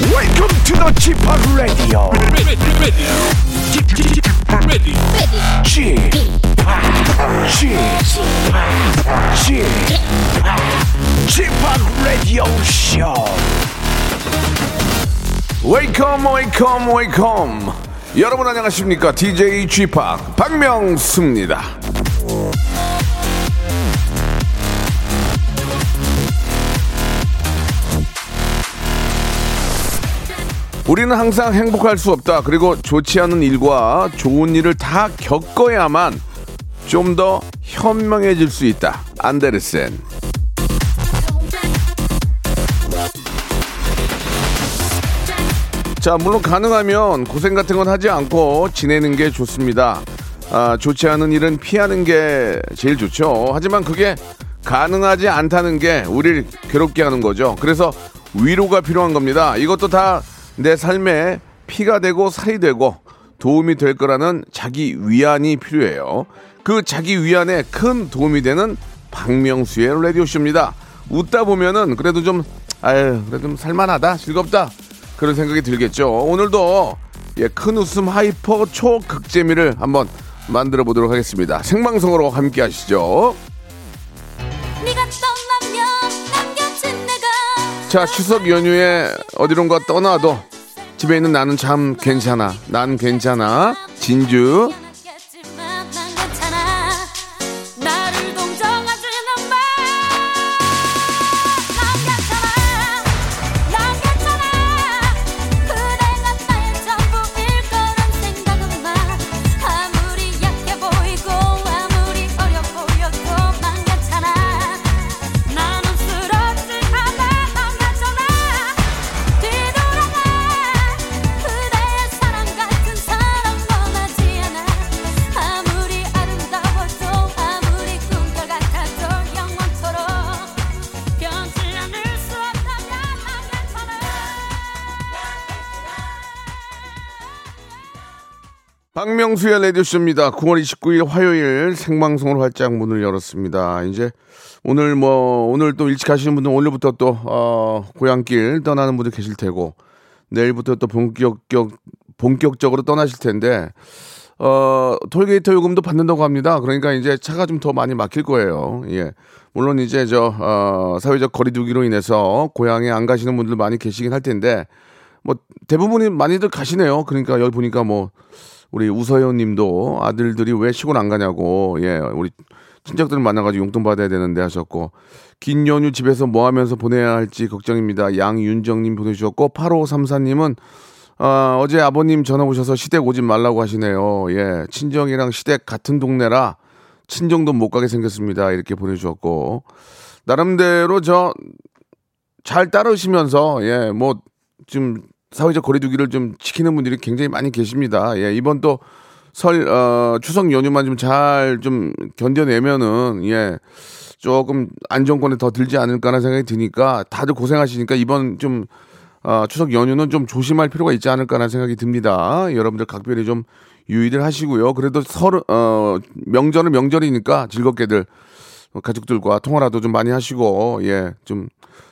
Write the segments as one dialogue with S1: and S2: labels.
S1: to the Chip Radio.
S2: ready, ready, ready, ready.
S1: Chip, Chip, Chip, Radio Show.
S3: 웨이컴 웨이컴 웨이컴 여러분 안녕하십니까 DJ g p 박명수입니다 우리는 항상 행복할 수 없다 그리고 좋지 않은 일과 좋은 일을 다 겪어야만 좀 더 현명해질 수 있다 안데르센 자, 물론 가능하면 고생 같은 건 하지 않고 지내는 게 좋습니다. 아, 좋지 않은 일은 피하는 게 제일 좋죠. 하지만 그게 가능하지 않다는 게 우리를 괴롭게 하는 거죠. 그래서 위로가 필요한 겁니다. 이것도 다 내 삶에 피가 되고 살이 되고 도움이 될 거라는 자기 위안이 필요해요. 그 자기 위안에 큰 도움이 되는 박명수의 라디오쇼입니다. 웃다 보면은 그래도 좀, 아유, 그래도 좀 살만하다, 즐겁다. 그런 생각이 들겠죠. 오늘도 예, 큰 웃음 하이퍼 초극재미를 한번 만들어 보도록 하겠습니다. 생방송으로 함께 하시죠.
S4: 네가 떠나면 난 곁에 내가
S3: 자, 추석 연휴에 어디론가 떠나도 집에 있는 나는 참 괜찮아. 난 괜찮아.
S5: 어?
S3: 진주.
S4: 미안하겠지만 난 괜찮아 나를 동정해주는 말 난 괜찮아 난 괜찮아 그대가 나의 전부일 거란 생각은 마 아무리 약해 보이고 아무리 어려 보여도 난 괜찮아 나는 쓰럽지 않아 난 괜찮아 뒤돌아봐 그대의 사랑 같은 사랑 원하지 않아 아무리 아름다워도 아무리 꿈결 같아도 영원토록 변치 않을 수 없다면 난 괜찮아
S3: 박명수의 라디오쇼입니다. 9월 29일 화요일 생방송으로 활짝 문을 열었습니다. 이제 오늘 뭐, 오늘 또 일찍 가시는 분들 오늘부터 또, 어, 고향길 떠나는 분들 계실 테고, 내일부터 또 본격적, 본격적으로 떠나실 텐데, 어, 톨게이트 요금도 받는다고 합니다. 그러니까 이제 차가 좀 더 많이 막힐 거예요. 예. 물론 이제 저, 어, 사회적 거리두기로 인해서 고향에 안 가시는 분들 많이 계시긴 할 텐데, 뭐 대부분이 많이들 가시네요. 그러니까 여기 보니까 뭐 우리 우서연님도 아들들이 왜 시골 안 가냐고 예 우리 친척들 만나가지고 용돈 받아야 되는데 하셨고 긴 연휴 집에서 뭐 하면서 보내야 할지 걱정입니다. 양윤정님 보내주셨고 8534님은 아, 어제 아버님 전화 오셔서 시댁 오지 말라고 하시네요. 예 친정이랑 시댁 같은 동네라 친정도 못 가게 생겼습니다. 이렇게 보내주셨고 나름대로 저 잘 따르시면서 예 뭐 지금 사회적 거리두기를 좀 지키는 분들이 굉장히 많이 계십니다. 예 이번 또 설 어, 추석 연휴만 좀 잘 좀 견뎌내면은 예 조금 안정권에 더 들지 않을까라는 생각이 드니까 다들 고생하시니까 이번 좀 아, 추석 연휴는 좀 조심할 필요가 있지 않을까라는 생각이 듭니다. 여러분들 각별히 좀 유의를 하시고요. 그래도 설, 어, 명절은 명절이니까 즐겁게들 가족들과 통화라도 좀 많이 하시고, 예, 좀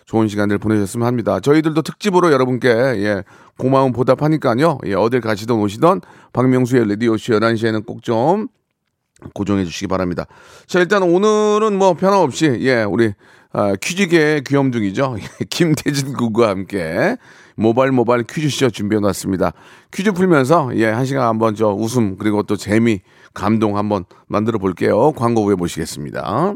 S3: 좋은 시간들 보내셨으면 합니다. 저희들도 특집으로 여러분께, 예, 고마운 보답하니까요. 예, 어딜 가시던 오시던 박명수의 라디오쇼 11시에는 꼭 좀 고정해 주시기 바랍니다. 자, 일단 오늘은 뭐 변함없이, 예, 우리, 아, 퀴즈계의 귀염둥이죠. 예, 김대진 군과 함께 모발모발 퀴즈쇼 준비해 놨습니다. 퀴즈 풀면서, 예, 한 시간 한번 저 웃음, 그리고 또 재미, 감동 한번 만들어 볼게요. 광고 후에 모시겠습니다.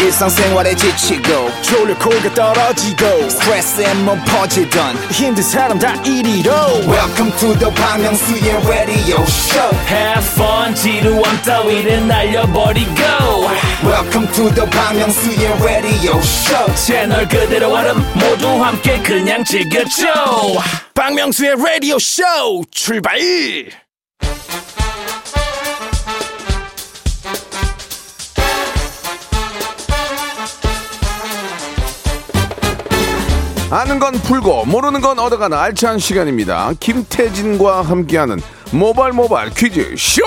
S6: 일상생활에 지치고,
S1: 졸려 코가 떨어지고
S6: 스트레스에 몸 퍼지던,
S1: 힘든 사람 다 이리로
S6: welcome to the Bang Myung-soo's radio show
S7: Have fun 지루함 따위를 날려버리고
S6: welcome to the Bang Myung-soo's radio show
S7: 채널 그대로 얼음 모두 함께 그냥 즐겨줘
S1: 박명수의 라디오 쇼 출발
S3: 아는 건 풀고 모르는 건 얻어가는 알찬 시간입니다. 김태진과 함께하는 모발 모발 퀴즈 쇼.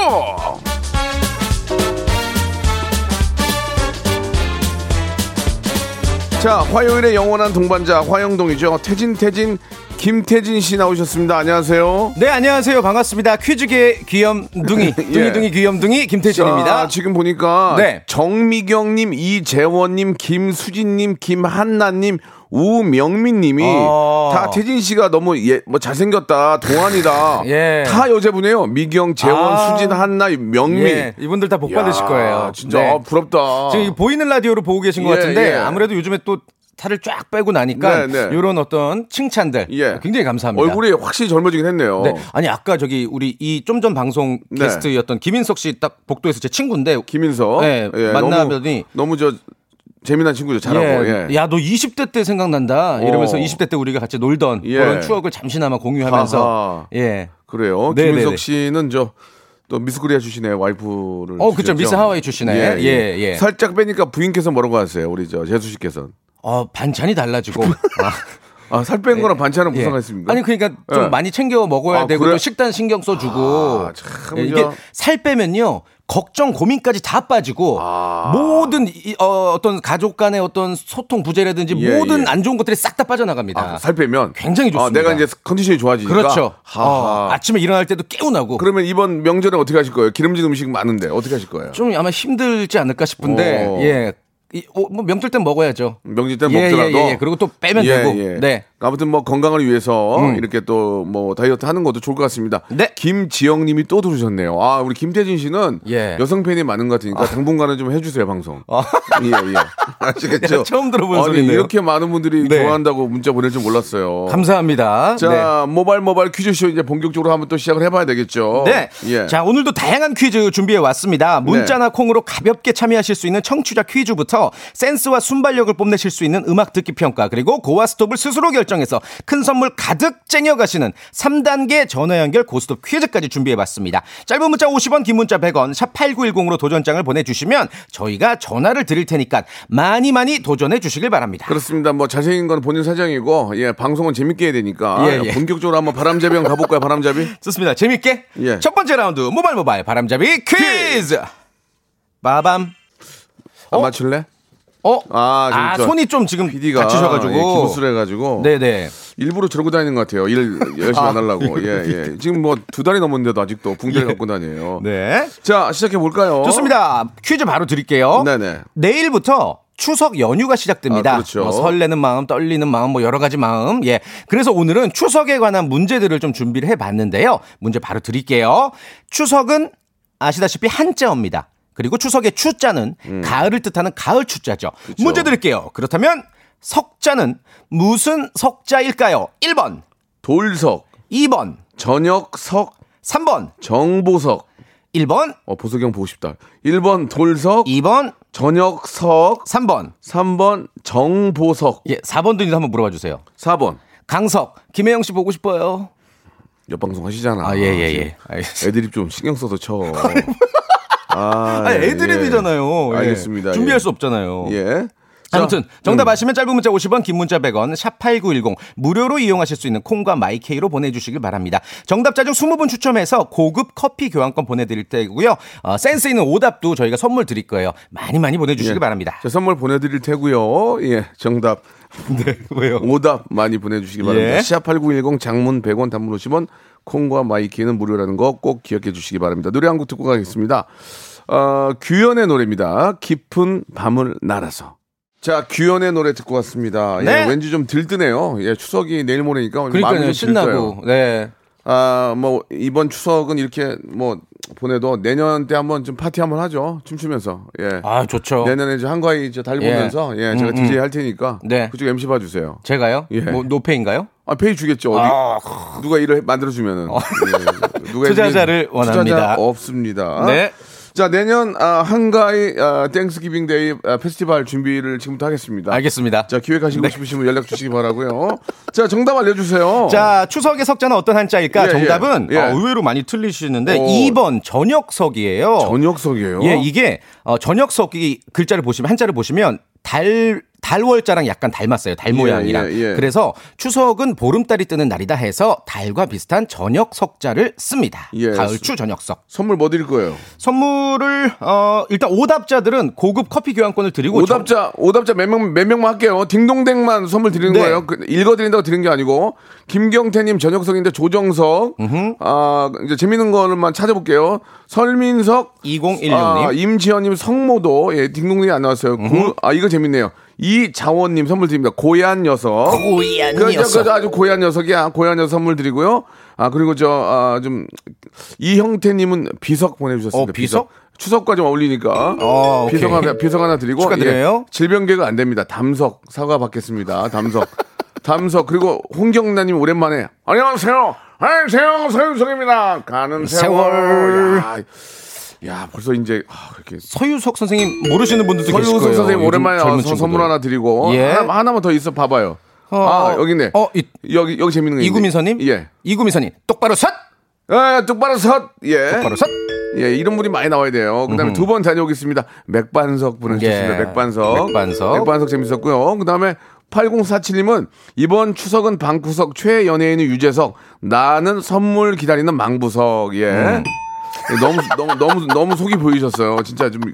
S3: 자, 화요일의 영원한 동반자 화영동이죠. 태진 태진 김태진 씨 나오셨습니다. 안녕하세요.
S8: 네, 안녕하세요. 반갑습니다. 퀴즈계의 귀염둥이, 둥이둥이 귀염둥이
S3: 예. 자,
S8: 김태진입니다.
S3: 아, 지금 보니까
S8: 네.
S3: 정미경님, 이재원님, 김수진님, 김한나님, 우명민님이
S8: 어.
S3: 다 태진 씨가 너무 예, 뭐 잘생겼다, 동안이다.
S8: 예.
S3: 다 여자분이에요. 미경, 재원,
S8: 아.
S3: 수진, 한나, 명민.
S8: 예, 이분들 다 복 받으실
S3: 야,
S8: 거예요.
S3: 진짜
S8: 네.
S3: 아, 부럽다.
S8: 지금 이거 보이는 라디오로 보고 계신 것
S3: 예,
S8: 같은데
S3: 예.
S8: 아무래도 요즘에 또 살을 쫙 빼고 나니까
S3: 네, 네.
S8: 이런 어떤 칭찬들
S3: 예.
S8: 굉장히 감사합니다.
S3: 얼굴이 확실히 젊어지긴 했네요.
S8: 네. 아니 아까 저기 우리 이 좀 전 방송
S3: 네.
S8: 게스트였던 김인석 씨 딱 복도에서 제 친구인데
S3: 김인석. 예,
S8: 네, 만나더니
S3: 너무, 너무 저 재미난 친구죠. 잘하고. 예.
S8: 야 너 20대 때 생각난다 이러면서
S3: 어.
S8: 20대 때 우리가 같이 놀던
S3: 예.
S8: 그런 추억을 잠시나마 공유하면서
S3: 아하.
S8: 예.
S3: 그래요.
S8: 네, 네,
S3: 김윤석
S8: 네.
S3: 씨는 저 또 미스코리아 출신의 와이프를
S8: 어, 그쵸.
S3: 주셨죠.
S8: 미스 하와이 출신의. 예, 예.
S3: 살짝 빼니까 부인께서 뭐라고 하세요? 우리 저 재수 씨께서.
S8: 어, 반찬이 달라지고. 아,
S3: 아, 살 뺀 거랑 반찬은 무슨
S8: 예.
S3: 상관있습니까?
S8: 아니 그러니까 좀
S3: 예.
S8: 많이 챙겨 먹어야
S3: 아,
S8: 되고
S3: 그래요?
S8: 또 식단 신경 써주고
S3: 아, 참
S8: 예, 이게
S3: 이제-
S8: 살 빼면요 걱정 고민까지 다 빠지고
S3: 아.
S8: 모든 이, 어, 어떤 가족 간의 어떤 소통 부재라든지
S3: 예,
S8: 모든
S3: 예.
S8: 안 좋은 것들이 싹 다 빠져나갑니다.
S3: 아, 살 빼면
S8: 굉장히 좋습니다.
S3: 아, 내가 이제 컨디션이 좋아지니까.
S8: 그렇죠.
S3: 하하.
S8: 어, 아침에 일어날 때도 깨운하고
S3: 그러면 이번 명절에 어떻게 하실 거예요? 기름진 음식 많은데 어떻게 하실 거예요?
S8: 좀 아마 힘들지 않을까 싶은데
S3: 오.
S8: 예. 이, 어, 뭐 명절 땐 먹어야죠.
S3: 명절 때
S8: 예, 예,
S3: 먹더라도
S8: 예, 예. 그리고 또 빼면 되고. 네. 음.
S3: 아무튼 뭐 건강을 위해서 이렇게 또 뭐 다이어트 하는 것도 좋을 것 같습니다.
S8: 네.
S3: 김지영 님이 또 들으셨네요. 아, 우리 김태진 씨는
S8: 예. 아.
S3: 여성 팬이 많은 것 같으니까 당분간은 좀 해주세요, 방송. 예, 예. 아시겠죠?
S8: 내가 처음 들어본
S3: 아니,
S8: 소리네요.
S3: 이렇게 많은 분들이
S8: 네.
S3: 좋아한다고 문자 보낼 줄 몰랐어요.
S8: 감사합니다. 네.
S3: 자, 모발 모발 퀴즈쇼 이제 본격적으로 한번 또 시작을 해봐야 되겠죠.
S8: 네.
S3: 예. 네.
S8: 자, 오늘도 다양한 퀴즈 준비해 왔습니다. 문자나 콩으로 가볍게 참여하실 수 있는 청취자 퀴즈부터 센스와 순발력을 뽐내실 수 있는 음악 듣기 평가 그리고 고와 스톱을 스스로 결정해서 큰 선물 가득 쟁여가시는 3단계 전화 연결 고스톱 퀴즈까지 준비해 봤습니다. 짧은 문자 50원, 긴 문자 100원, 샵 8910으로 도전장을 보내주시면 저희가 전화를 드릴 테니까 많이 많이 도전해 주시길 바랍니다.
S3: 그렇습니다. 뭐 자세인 건 본인 사정이고, 예, 방송은 재밌게 해야 되니까
S8: 예, 예.
S3: 본격적으로 한번 바람잡이 한번 가볼까요, 바람잡이?
S8: 좋습니다. 재밌게
S3: 예.
S8: 첫 번째 라운드 모발 모발 바람잡이 퀴즈. 마밤.
S3: 안
S8: 어?
S3: 맞출래?
S8: 어?
S3: 아, 지금
S8: 아,
S3: 저
S8: 손이 좀 지금
S3: PD가 예,
S8: 다치셔가지고.
S3: 기부술해가지고
S8: 네네.
S3: 일부러 저러고 다니는 것 같아요. 일 열심히 안
S8: 네.
S3: 하려고. 예, 예. 지금 뭐 두 달이 넘었는데도 아직도 붕대를 갖고 다녀요.
S8: 예. 네.
S3: 자, 시작해 볼까요?
S8: 좋습니다. 어? 퀴즈 바로 드릴게요.
S3: 네네.
S8: 내일부터 추석 연휴가 시작됩니다.
S3: 아, 그렇죠.
S8: 뭐 설레는 마음, 떨리는 마음, 뭐 여러 가지 마음. 예. 그래서 오늘은 추석에 관한 문제들을 좀 준비를 해봤는데요. 문제 바로 드릴게요. 추석은 아시다시피 한자어입니다. 그리고 추석의 추자는
S3: 음.
S8: 가을을 뜻하는 가을 추자죠.
S3: 그렇죠.
S8: 문제 드릴게요. 그렇다면 석자는 무슨 석자일까요? 1번,
S3: 돌석,
S8: 2번,
S3: 전역석,
S8: 3번,
S3: 정보석.
S8: 1번,
S3: 어, 보석이 형 보고 싶다. 1번 돌석,
S8: 2번,
S3: 전역석,
S8: 3번.
S3: 3번 정보석,
S8: 예, 4번도 이제 한번 물어봐 주세요.
S3: 4번
S8: 강석, 김혜영 씨 보고 싶어요.
S3: 옆방송 하시잖아.
S8: 아, 예, 예, 예. 알겠습니다.
S3: 애드립 좀 신경 써서 쳐. 아,
S8: 아니,
S3: 예,
S8: 애드립이잖아요.
S3: 예.
S8: 예.
S3: 알겠습니다.
S8: 준비할
S3: 예.
S8: 수 없잖아요.
S3: 예. 자, 음.
S8: 아무튼 정답 아시면 짧은 문자 50원, 긴 문자 100원, 샵 8910 무료로 이용하실 수 있는 콩과 마이케이로 보내주시길 바랍니다. 정답자 중 20분 추첨해서 고급 커피 교환권 보내드릴 테고요. 어, 센스 있는 오답도 저희가 선물 드릴 거예요. 많이 많이 보내주시길
S3: 예.
S8: 바랍니다.
S3: 자, 선물 보내드릴 테고요. 예, 정답.
S8: 왜요?
S3: 오답 많이 보내주시기 바랍니다.
S8: 예.
S3: 시합8910 장문 100원 단문 50원 콩과 마이키는 무료라는 거 꼭 기억해 주시기 바랍니다. 노래 한 곡 듣고 가겠습니다. 어, 규현의 노래입니다. 깊은 밤을 날아서. 자, 규현의 노래 듣고 왔습니다.
S8: 네.
S3: 예, 왠지 좀 들뜨네요. 예, 추석이 내일 모레니까 마음이
S8: 그러니까요
S3: 좀 들떠요.
S8: 신나고 네.
S3: 아, 뭐 이번 추석은 이렇게 뭐 보내도 내년 때 한번 좀 파티 한번 하죠. 춤추면서. 예.
S8: 아 좋죠.
S3: 내년에 이제 한가위 이제 달리보면서 예, 제가 DJ 할 테니까
S8: 음, 네.
S3: 그쪽 MC 봐 주세요.
S8: 제가요?
S3: 예.
S8: 뭐 노페인가요?
S3: 아, 페이 주겠죠. 어디 누가 일을 만들어 주면은. 예. 누가
S8: 투자자를
S3: 해주면
S8: 원합니다.
S3: 투자자 없습니다.
S8: 네.
S3: 자, 내년 아, 한가위 아, 땡스기빙 데이 아, 페스티벌 준비를 지금부터 하겠습니다.
S8: 알겠습니다. 네.
S3: 자, 기획하시고 싶으시면 연락 주시기 바라고요. 자, 정답 알려 주세요.
S8: 자, 추석의 석자는 어떤 한자일까?
S3: 어. 예, 예.
S8: 정답은
S3: 예.
S8: 어, 의외로 많이 틀리시는데
S3: 오.
S8: 2번 저녁석이에요.
S3: 저녁석이에요.
S8: 예, 이게 어, 저녁석이 글자를 보시면 한자를 보시면 달 달월자랑 약간 닮았어요. 달 모양이랑.
S3: 예, 예.
S8: 그래서 추석은 보름달이 뜨는 날이다 해서 달과 비슷한 저녁석자를 씁니다.
S3: 예.
S8: 가을추 저녁석.
S3: 선물 뭐 드릴 거예요?
S8: 선물을 어, 일단 오답자들은 고급 커피 교환권을 드리고
S3: 오답자 오답자 몇 명 몇 명만 할게요. 딩동댕만 선물 드리는
S8: 네.
S3: 거예요. 그, 읽어드린다고 드린 게 아니고 김경태님 전역석인데 조정석 아 이제 재밌는 거만 찾아볼게요. 설민석
S8: 2016님.
S3: 아, 임지현님 성모도 예 딩동댕이 안 나왔어요. 고- 아 이거 재밌네요. 이자원님 선물 드립니다. 고얀 녀석.
S7: 고얀
S3: 그, 저,
S7: 녀석.
S3: 그, 아주 고얀 녀석이야. 고얀 녀석 선물 드리고요. 아 그리고 저 아 좀 이형태님은 비석 보내주셨습니다.
S8: 어, 비석?
S3: 추석과 좀 어울리니까
S8: 어, 오케이.
S3: 비석 하나 비석 하나 드리고 예.
S8: 축하드려요.
S3: 질병계가 안 됩니다. 담석 사과 받겠습니다. 담석 담석 그리고 홍경나님 오랜만에 안녕하세요. 안녕하세요 서윤석입니다. 가는 세월. 야, 야, 벌써 이제 아, 이렇게
S8: 서유석 선생님 모르시는 분들도 계실 거예요.
S3: 서윤석 선생님
S8: 요즘
S3: 오랜만에
S8: 젊은
S3: 나와서 선물
S8: 친구들.
S3: 하나 드리고
S8: 예.
S3: 하나, 하나만 더 있어 봐봐요.
S8: 어,
S3: 아
S8: 어,
S3: 여기 있네.
S8: 어, 이-
S3: 여기 여기 재밌는 거 있네.
S8: 이구민 선님?
S3: 예.
S8: 이구민 선님. 똑바로 섰.
S3: 아, 똑바로 섰. 예.
S8: 똑바로 섰.
S3: 예, 이런 분이 많이 나와야 돼요. 그 다음에 두 번 다녀오겠습니다. 맥반석 보내주셨습니다.
S8: 예.
S3: 맥반석.
S8: 맥반석.
S3: 맥반석 재밌었고요. 그 다음에 8047님은 이번 추석은 방구석 최연예인의 유재석. 나는 선물 기다리는 망부석. 예.
S8: 음.
S3: 예, 너무, 너무, 너무, 너무 속이 보이셨어요. 진짜 좀, 그-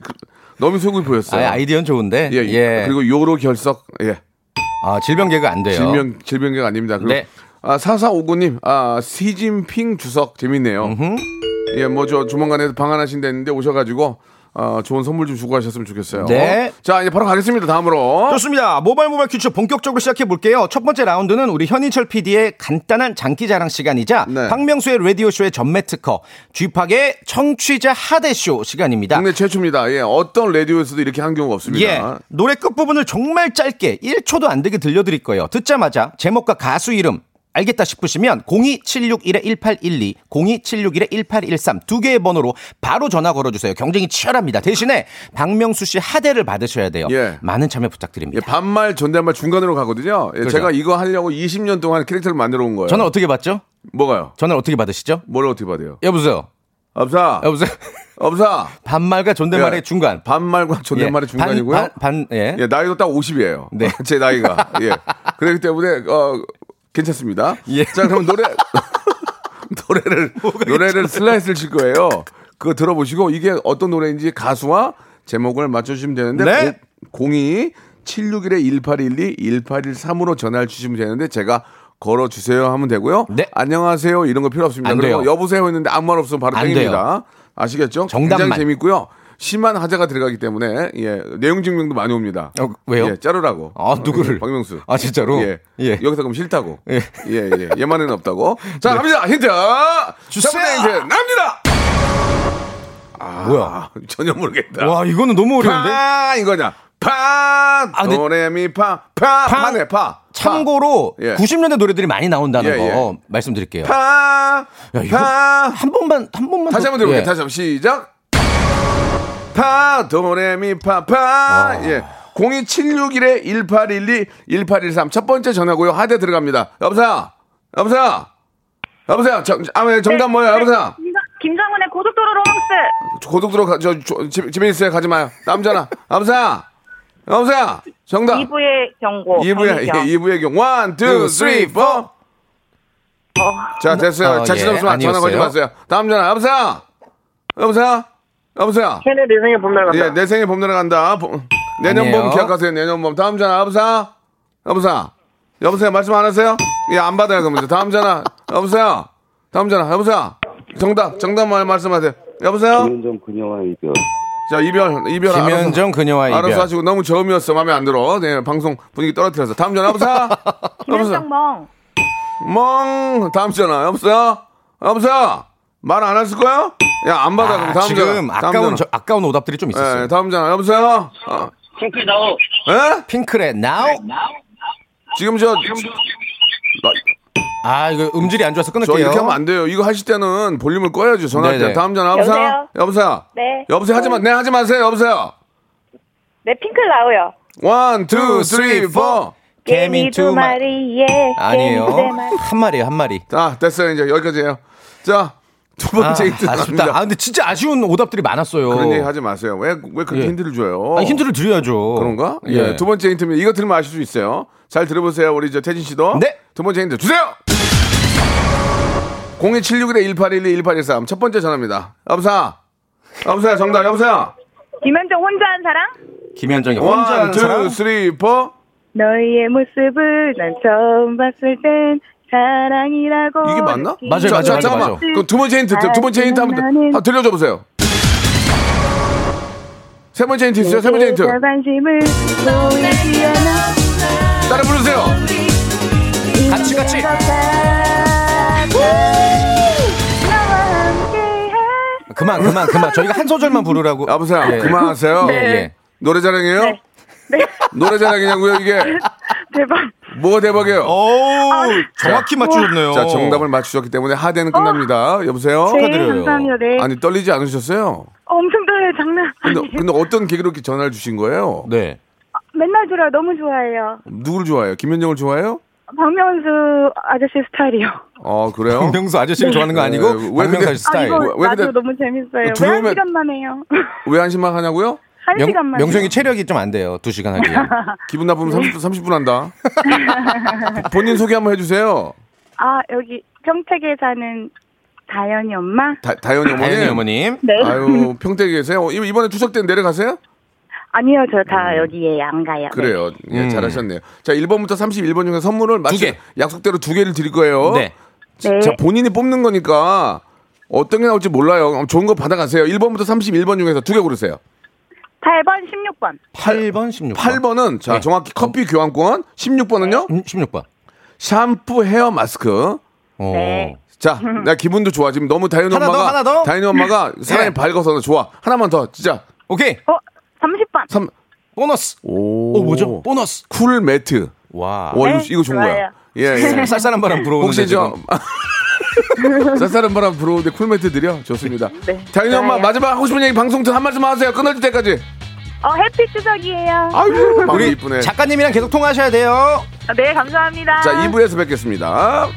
S3: 너무 속이 보였어요.
S8: 아, 아이디어는 좋은데.
S3: 예, 그리고 요로 결석. 예.
S8: 아, 질병계가 안 돼요.
S3: 질병 질병계가 아닙니다. 그리고
S8: 네.
S3: 아 사사오구님 아 시진핑 주석 재밌네요. 예뭐 저 조만간에 방한하신 데 있는데 오셔가지고 아 좋은 선물 좀 주고 가셨으면 좋겠어요.
S8: 네.
S3: 자 이제 바로 가겠습니다. 다음으로
S8: 좋습니다. 모바일 모바일 퀴즈 본격적으로 시작해 볼게요. 첫 번째 라운드는 우리 현인철 PD의 간단한 장기 자랑 시간이자
S3: 네.
S8: 박명수의 라디오 쇼의 전매 특허, 쥐팍의 청취자 하대 쇼 시간입니다.
S3: 국내 최초입니다. 예 어떤 라디오에서도 이렇게 한 경우가 없습니다.
S8: 예. 노래 끝부분을 정말 짧게 1초도 안 되게 들려드릴 거예요. 듣자마자 제목과 가수 이름 알겠다 싶으시면 02761-1812, 02761-1813 두 개의 번호로 바로 전화 걸어주세요. 경쟁이 치열합니다. 대신에 박명수 씨 하대를 받으셔야 돼요.
S3: 예.
S8: 많은 참여
S3: 예,
S8: 부탁드립니다.
S3: 반말 존댓말 중간으로 가거든요.
S8: 그렇죠.
S3: 예, 제가 이거 하려고 20년 동안 캐릭터를 만들어 온 거예요.
S8: 전화 어떻게 받죠?
S3: 뭐가요?
S8: 전화를 어떻게 받으시죠?
S3: 뭘 어떻게 받아요?
S8: 여보세요.
S3: 업사
S8: 여보세요.
S3: 업사
S8: 반말과 존댓말의
S3: 예.
S8: 중간.
S3: 반말과 존댓말의
S8: 예.
S3: 중간이고요.
S8: 반, 반, 반- 예.
S3: 예, 나이도 딱 50이에요.
S8: 네.
S3: 제 나이가. 예. 그렇기 때문에 어 괜찮습니다.
S8: 예.
S3: 자, 그럼 노래 노래를 노래를 슬라이스를 칠 거예요. 그거 들어보시고 이게 어떤 노래인지 가수와 제목을 맞춰 주시면 되는데
S8: 네.
S3: 02 761에 1812 1813으로 전화를 주시면 되는데 제가 걸어 주세요 하면 되고요.
S8: 네.
S3: 안녕하세요 이런 거 필요 없습니다.
S8: 안
S3: 그리고
S8: 돼요.
S3: 여보세요 했는데 아무 말 없으면 바로
S8: 안
S3: 땡입니다. 아시겠죠?
S8: 정답만.
S3: 굉장히 재밌고요. 심한 하자가 들어가기 때문에 예, 내용 증명도 많이 옵니다.
S8: 어, 왜요?
S3: 예, 자르라고. 예,
S8: 아, 누구를?
S3: 박명수.
S8: 아, 진짜로?
S3: 예.
S8: 예.
S3: 여기서 그럼 싫다고.
S8: 예.
S3: 예, 예. 얘만은 없다고. 자, 갑니다. 힌트.
S8: 주세요.
S3: 자, 문제 힌트 납니다.
S8: 뭐야.
S3: 아, 전혀 모르겠다.
S8: 와, 이거는 너무 어려운데?
S3: 파 이거냐? 파.
S8: 아, 근데-
S3: 도레미 파. 파.
S8: 파.
S3: 파네 파.
S8: 참고로
S3: 예.
S8: 90년대 노래들이 많이 나온다는
S3: 예,
S8: 거 말씀드릴게요.
S3: 파. 파.
S8: 야, 이거
S3: 파.
S8: 한 번만 한 번만
S3: 다시
S8: 더-
S3: 한번 들어볼게요.
S8: 예.
S3: 다시 한번 시작. 파 도레미
S8: 아.
S3: 파파 예. 02761에 1812 1813 첫 번째 전화고요. 하대 들어갑니다. 여보세요. 여보세요. 여보세요. 정, 아, 네, 정답 뭐예요? 여보세요.
S9: 김정, 김정은의 고속도로 로망스.
S3: 고속도로 가, 저, 저, 집- 집에 있어요. 가지 마요. 남잖아. 여보세요. 여보세요. 정답.
S9: 2부의 경고.
S3: 2부의
S9: 경기죠.
S3: 예, 2부의 경. 1 2 3 4. 자, 됐어요.
S8: 어,
S3: 자신
S8: 예,
S3: 없으면 전화 걸지
S8: 아니었어요.
S3: 마세요. 다음 전화. 여보세요. 여보세요. 여보세요.
S10: 걔네 내 생에 봄날 간다.
S3: 예, 내 생에 봄 내려간다. 봄- 내년
S8: 아니에요.
S3: 봄 기억하세요. 내년 봄. 다음 전화 여보세요. 여보세요. 여보세요. 말씀 안 하세요? 예, 안 받아요. 그러면서 다음 전화 여보세요. 다음 전화 여보세요. 정답, 정답만 말씀하세요. 여보세요.
S10: 좀 그녀와 이별.
S3: 자 이별 이별 알아서-
S8: 김현정 그녀와 이별.
S3: 알아서 하시고 너무 저음이었어 마음에 안 들어 네 방송 분위기 떨어뜨려서 다음 전화 여보세요
S9: 김현정 멍.
S3: 멍 다음 전화 여보세요 여보세요 말 안 했을 거야 야 안 받아 그럼
S8: 아,
S3: 다음
S8: 지금
S3: 전화 다음
S8: 아까운
S3: 전화.
S8: 저- 아까운 오답들이 좀 있었어요.
S3: 예, 다음 전화 여보세요 어,
S10: 핑크 나오.
S3: 예?
S8: 핑클의 나우.
S3: 지금 저 나-
S8: 아 이거 음질이 안 좋아서 끊을게요.
S3: 저 이렇게 하면 안 돼요. 이거 하실 때는 볼륨을 꺼야죠. 전화할 때.
S8: 네네.
S3: 다음 전화 여보세요?
S9: 여보세요?
S3: 여보세요?
S9: 네.
S3: 여보세요? 하지 마. 네, 하지 마세요. 여보세요?
S9: 네, 핑클 나오요.
S3: 원, 투, 쓰리, 포.
S8: 개미 두 마리.
S9: 예.
S8: 아니에요.
S9: 개미 네 마리.
S8: 한 마리예요, 한 마리.
S3: 자, 됐어요. 이제 여기까지예요. 자, 두
S8: 아,
S3: 번째 힌트
S8: 아쉽다. 아
S3: 나갑니다.
S8: 근데 진짜 아쉬운 오답들이 많았어요.
S3: 그런 얘기 하지 마세요. 왜, 왜 그렇게
S8: 예.
S3: 힌트를 줘요?
S8: 아, 힌트를 드려야죠.
S3: 그런가? 예.
S8: 예.
S3: 두 번째 힌트입니다. 이거 들으면 아실 수 있어요. 잘 들어보세요. 우리 저 태진 씨도.
S8: 네.
S3: 두 번째 힌트 주세요! 02761-1812-1813. 첫 번째 전화입니다. 여보세요? 여보세요? 정답, 여보세요?
S9: 김현정 혼자 한 사랑?
S8: 김현정이 혼자
S3: 원,
S8: 하는
S3: 투,
S8: 사람.
S3: 쓰리, 포.
S9: 너의 모습을 난 처음 봤을 땐 사랑이라고.
S3: 이게 맞나?
S9: 느끼-
S8: 맞아요, 맞아요, 맞아요,
S3: 잠깐만.
S8: 맞아요.
S3: 그럼 두 번째 힌트, 두 번째 힌트 한번 한번 들려줘 보세요. 세 번째 힌트 있어요? 세 번째 힌트.
S9: 내가 관심을 보이지 않아.
S3: 따라 부르세요.
S8: 같이 같이.
S9: 네,
S8: 그만 그만 그만. 저희가 한 소절만 부르라고.
S3: 여보세요.
S8: 예.
S3: 그만하세요.
S9: 네.
S8: 예, 예.
S3: 노래 자랑이에요? 노래 자랑이냐고요, 이게?
S9: 대박.
S3: 뭐가 대박이에요?
S8: 어우 정확히 맞추셨네요.
S3: 자, 정답을 맞추셨기 때문에 하대는 끝납니다. 여보세요?
S8: 축하드려요.
S9: 네, 감사합니다. 네.
S3: 아니, 떨리지 않으셨어요?
S9: 엄청 떨려요, 장난.
S3: 근데,
S9: 아니에요.
S3: 근데 어떤 계기로 이렇게 전화를 주신 거예요?
S8: 네.
S9: 맨날 들어요. 너무 좋아해요.
S3: 누구를 좋아해요? 김현정을 좋아해요?
S9: 박명수 아저씨 스타일이요.
S3: 어, 그래요?
S8: 박명수 아저씨를 좋아하는 거 아니고
S3: 네, 왜 근데-
S8: 박명수 아저씨
S9: 아,
S8: 스타일.
S9: 이거
S3: 왜 근데
S9: 라디오 너무 재밌어요. 왜
S3: 들어오면-
S9: 한 시간만 해요?
S3: 왜 한심만 하냐고요?
S9: 한
S8: 명,
S9: 시간만.
S8: 명성이 체력이 좀 안 돼요. 두 시간 하기.
S3: 기분 나쁘면 30분, 30분 한다. 본인 소개 한번 해주세요.
S9: 아, 여기 평택에 사는 다현이 엄마?
S3: 다, 다현이 어머니.
S8: 다현이 어머님.
S9: 네.
S3: 아유, 평택에 계세요? 어, 이- 이번에 추석 때 내려가세요?
S9: 아니요, 저 다 여기에 예, 안 가요.
S3: 음. 그래요. 예,
S8: 음.
S3: 잘하셨네요. 자, 1번부터 31번 중에 선물을 맞추
S8: 개.
S3: 약속대로 두 개를 드릴 거예요.
S8: 네.
S9: 네.
S3: 자, 본인이 뽑는 거니까 어떤 게 나올지 몰라요. 좋은 거 받아가세요. 1번부터 31번 중에서 두 개 고르세요.
S9: 8번, 16번.
S8: 8번 16번.
S3: 8번은 자,
S8: 네.
S3: 정확히 커피 교환권. 16번은요?
S8: 16번.
S3: 샴푸 헤어 마스크.
S8: 어.
S9: 네.
S3: 자, 나 기분도 좋아. 지금 너무 다현이
S8: 음. 하나 더,
S3: 엄마가
S8: 하나 더?
S3: 다현이 엄마가 사람이
S8: 네.
S3: 밝아서 나 좋아. 하나만 더. 진짜.
S8: 오케이.
S9: 어, 30번.
S3: 3
S8: 보너스.
S3: 오.
S8: 오 어, 뭐죠? 아. 보너스.
S3: 쿨 매트.
S8: 와.
S3: 와, 이거,
S9: 네,
S3: 이거 좋은 거야.
S9: 좋아요.
S3: 예, 예.
S8: 쌀쌀한 바람 불어오는데 네,
S3: 혹시 저
S8: 지금.
S3: 쌀쌀한 바람 불어오는데 쿨 매트 드려? 좋습니다.
S9: 네.
S3: 다현이 엄마
S9: 좋아요.
S3: 마지막 하고 싶은 얘기 방송 전 한 말씀 하세요. 끊어질 때까지.
S9: 어, 해피 추석이에요.
S3: 아유, 마음이
S8: 우리
S3: 이쁘네.
S8: 작가님이랑 계속 통화하셔야 돼요.
S9: 아, 네, 감사합니다.
S3: 자, 2부에서 뵙겠습니다.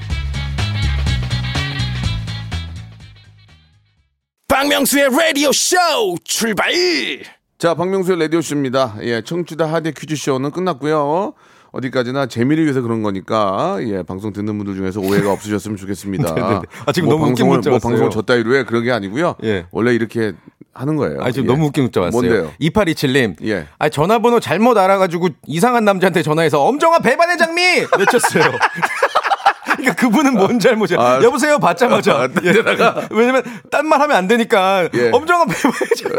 S1: 박명수의 라디오 쇼 출발
S3: 자, 박명수의 라디오쇼입니다. 예, 청취자 하대 퀴즈쇼는 끝났고요. 어디까지나 재미를 위해서 그런 거니까 예 방송 듣는 분들 중에서 오해가 없으셨으면 좋겠습니다.
S8: 네, 네. 아, 지금 너무 웃긴
S3: 방송을,
S8: 문자
S3: 뭐
S8: 왔어요.
S3: 방송을 저 따위로 해 그런 게 아니고요.
S8: 예.
S3: 원래 이렇게 하는 거예요.
S8: 아 지금
S3: 예.
S8: 너무 웃긴 문자 왔어요.
S3: 뭔데요?
S8: 2827님.
S3: 예.
S8: 아 전화번호 잘못 알아가지고 이상한 남자한테 전화해서 엄정아 배반의 장미 외쳤어요. 그러니까 그분은 뭔 잘못이야.
S3: 아,
S8: 여보세요 받자마자. 예. 왜냐면 딴 말 하면 안 되니까
S3: 예.
S8: 엄정아 배반의 장미.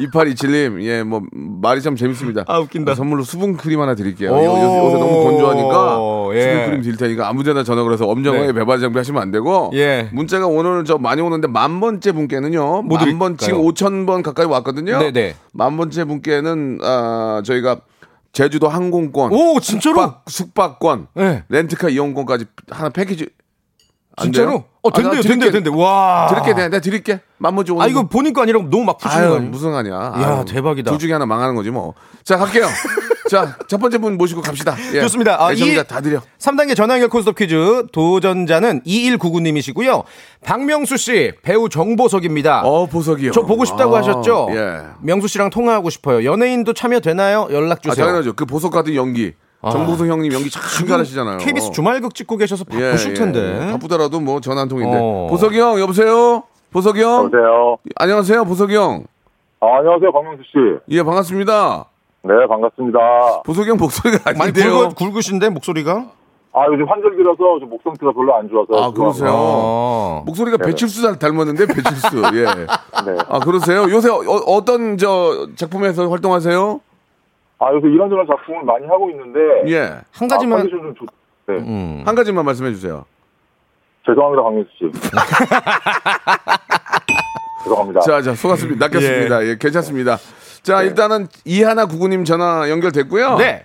S3: 2827님, 예, 뭐, 말이 참 재밌습니다. 어,
S8: 아, 웃긴다.
S3: 선물로 수분 크림 하나 드릴게요.
S8: 오.
S3: 요- 요- 요새 너무 건조하니까
S8: 예.
S3: 수분 크림 드릴 테니까 아무 데나 전화 걸어서 엄정하게
S8: 네.
S3: 배반 장비 하시면 안 되고.
S8: 예.
S3: 문자가 오늘 저 많이 오는데 만 번째 분께는요.
S8: 뭐
S3: 만 번,
S8: 드릴까요?
S3: 지금 5천 번 가까이 왔거든요.
S8: 네네.
S3: 만 번째 분께는, 아, 저희가 제주도 항공권.
S8: 오 진짜로?
S3: 숙박, 숙박권.
S8: 네.
S3: 렌트카 이용권까지 하나 패키지. 안
S8: 진짜로?
S3: 돼요?
S8: 어
S3: 아, 나
S8: 된대요
S3: 드릴게.
S8: 된대요 된대요. 와.
S3: 드릴게, 내가 내가 드릴게. 만 번째 오늘.
S8: 아 이거 본인 거 아니라고 너무 막 푸시는 거
S3: 아유,
S8: 아니에요?
S3: 무슨 아니야.
S8: 이야, 대박이다.
S3: 둘 중에 하나 망하는 거지 뭐. 자, 갈게요. 자, 첫 번째 분 모시고 갑시다. 예.
S8: 좋습니다. 아,
S3: 애청자
S8: 이-
S3: 다 드려.
S8: 3단계 전화 연결 콘서트 퀴즈 도전자는 2199님이시고요. 박명수 씨 배우 정보석입니다.
S3: 어, 보석이요.
S8: 아, 저 보고 싶다고
S3: 아,
S8: 하셨죠?
S3: 예.
S8: 명수 씨랑 통화하고 싶어요. 연예인도 참여되나요? 연락
S3: 아,
S8: 주세요. 아.
S3: 당연하죠. 그 보석 같은 연기. 정보성 형님 연기 참 잘하시잖아요.
S8: KBS 주말극 찍고 계셔서
S3: 예,
S8: 바쁘실
S3: 예.
S8: 텐데.
S3: 바쁘더라도 뭐 전화 한 통인데.
S8: 어.
S3: 보석이 형, 여보세요? 보석이 형?
S10: 안녕하세요.
S3: 안녕하세요, 보석이 형.
S10: 아, 안녕하세요, 박명수 씨.
S3: 예, 반갑습니다.
S10: 네, 반갑습니다.
S3: 보석이 형 목소리가
S8: 많이
S3: 아닌데요.
S8: 굵으, 굵으신데 목소리가?
S10: 아, 요즘 환절기라서 좀 목 상태가 별로 안 좋아서.
S3: 아, 네, 그러세요.
S8: 어.
S3: 목소리가 배칠수 잘 닮았는데, 배칠수. 예.
S10: 네.
S3: 아, 그러세요? 요새 어, 떤저 작품에서 활동하세요?
S10: 아, 요새 이런저런 작품을 많이 하고 있는데. 아,
S3: 예.
S8: 한 가지만
S10: 컨디션 좀 좋... 네.
S8: 음.
S3: 한 가지만 말씀해 주세요.
S10: 죄송합니다, 강민수 씨. 죄송합니다.
S3: 자, 자, 속았습니다. 낚였습니다. 예, 네. 괜찮습니다. 자, 일단은 이하나 구구님 전화 연결됐고요.
S8: 네.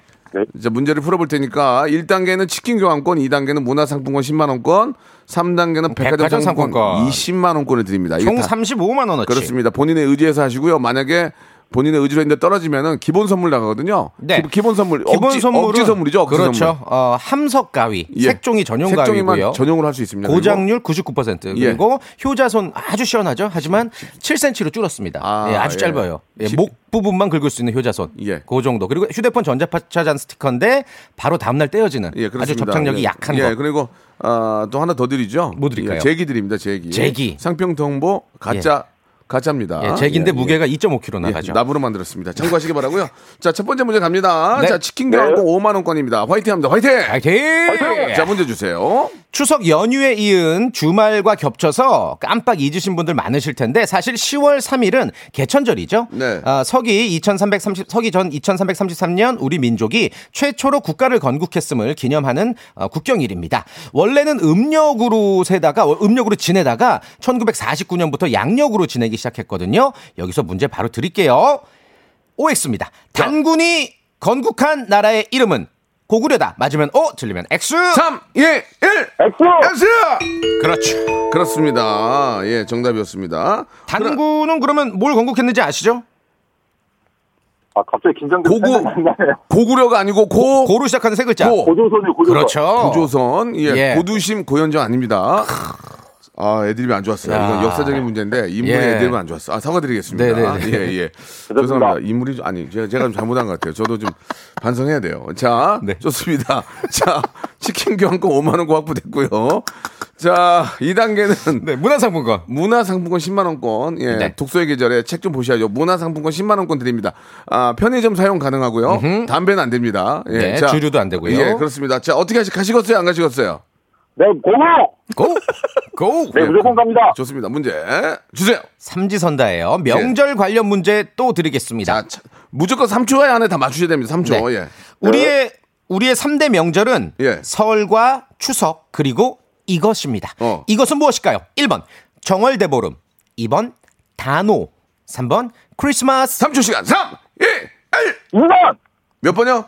S3: 이제 문제를 풀어볼 테니까 1단계는 치킨 교환권, 2단계는 문화상품권 10만 원권, 3단계는 백화점,
S8: 백화점
S3: 상품권,
S8: 상품권.
S3: 20만 원권을 드립니다. 이게
S8: 총
S3: 다
S8: 35만 원어치.
S3: 아, 그렇습니다. 본인의 의지에서 하시고요. 만약에 본인의 의지로 했는데 떨어지면은 기본 선물 나가거든요.
S8: 네.
S3: 기, 본 선물,
S8: 기본
S3: 억지,
S8: 선물은
S3: 억지 선물이죠. 억지
S8: 그렇죠.
S3: 선물.
S8: 어, 함석 가위,
S3: 예.
S8: 색종이 전용 가위고요.
S3: 색종이만 전용으로 할 수 있습니다.
S8: 고장률 99%
S3: 예.
S8: 그리고 효자손 아주 시원하죠. 하지만 7cm로 줄었습니다.
S3: 아,
S8: 아, 주
S3: 예.
S8: 짧아요. 예,
S3: 시-
S8: 목 부분만 긁을 수 있는 효자손.
S3: 예.
S8: 그 정도. 그리고 휴대폰 전자파차잔 스티커인데 바로 다음날 떼어지는
S3: 그리고- 예, 그렇습니다.
S8: 아주 접착력이
S3: 예.
S8: 약한
S3: 예,
S8: 거.
S3: 그리고 아, 또 하나 더 드리죠.
S8: 뭐 드릴까요?
S3: 예, 제기 드립니다. 제기.
S8: 제기.
S3: 상평통보 가짜 가짜입니다.
S8: 예,
S3: 예, 예.
S8: 잭인데 무게가 2.5kg 나가죠.
S3: 예, 나부로 만들었습니다. 참고하시기 바라고요. 자, 첫 번째 문제 갑니다.
S8: 네.
S3: 자, 치킨 교환권 5만 원권입니다. 화이팅 합니다. 화이팅!
S8: 파이팅! 아, 예.
S3: 자, 문제 주세요.
S8: 추석 연휴에 이은 주말과 겹쳐서 깜빡 잊으신 분들 많으실 텐데 사실 10월 3일은 개천절이죠.
S3: 네.
S8: 아, 서기 2330 서기 전 2333년 우리 민족이 최초로 국가를 건국했음을 기념하는 어, 국경일입니다. 원래는 음력으로 세다가 어, 음력으로 지내다가 1949년부터 양력으로 지내기 시작했거든요. 여기서 문제 바로 드릴게요. OX입니다. 단군이 건국한 나라의 이름은 고구려다. 맞으면 O, 틀리면 X.
S3: 3, 2, 1,
S10: 엑소!
S3: 엑스!
S8: 그렇죠.
S3: 그렇습니다. 예, 정답이었습니다.
S8: 단군은 그러면 뭘 건국했는지 아시죠?
S10: 아, 갑자기 긴장돼서
S3: 고구,
S10: 생각이 안 나네요.
S3: 고구려가 아니고 고, 고,
S8: 고로 시작하는 세 글자.
S3: 고.
S10: 고조선이 고조선.
S8: 그렇죠.
S3: 조선 예,
S8: 예.
S3: 고두심 고현정 아닙니다. 아, 애드립이 안 좋았어요.
S8: 야.
S3: 이건 역사적인 문제인데 인물의
S8: 예.
S3: 애드립이 안 좋았어. 아, 사과드리겠습니다.
S8: 네네네.
S3: 예, 예. 죄송합니다. 인물이 좀- 아니, 제가, 제가 좀 잘못한 것 같아요. 저도 좀 반성해야 돼요. 자,
S8: 네.
S3: 좋습니다. 자, 치킨 교환권 5만 원 확보됐고요. 자, 2단계는
S8: 네, 문화상품권.
S3: 문화상품권 10만원권, 예.
S8: 네.
S3: 독서의 계절에 책 좀 보셔야죠. 문화상품권 10만원권 드립니다. 아, 편의점 사용 가능하고요. 담배는 안 됩니다. 예.
S8: 네, 주류도 안 되고요.
S3: 예, 그렇습니다. 자, 어떻게 하시, 가시겠어요? 안 가시겠어요?
S10: 네, 고고!
S8: 고! 고!
S10: 네, 무조건 갑니다.
S3: 좋습니다. 문제 주세요.
S8: 삼지선다예요. 명절 관련 문제 또 드리겠습니다.
S3: 자, 차- 무조건 3초 안에 다 맞추셔야 됩니다. 3초.
S8: 네.
S3: 예.
S8: 우리의 우리의 3대 명절은
S3: 예.
S8: 설과 추석 그리고 이것입니다.
S3: 어.
S8: 이것은 무엇일까요? 1번 정월대보름, 2번 단오, 3번 크리스마스.
S3: 3초 시간. 3, 2, 1.
S10: 2번!
S3: 몇 번요?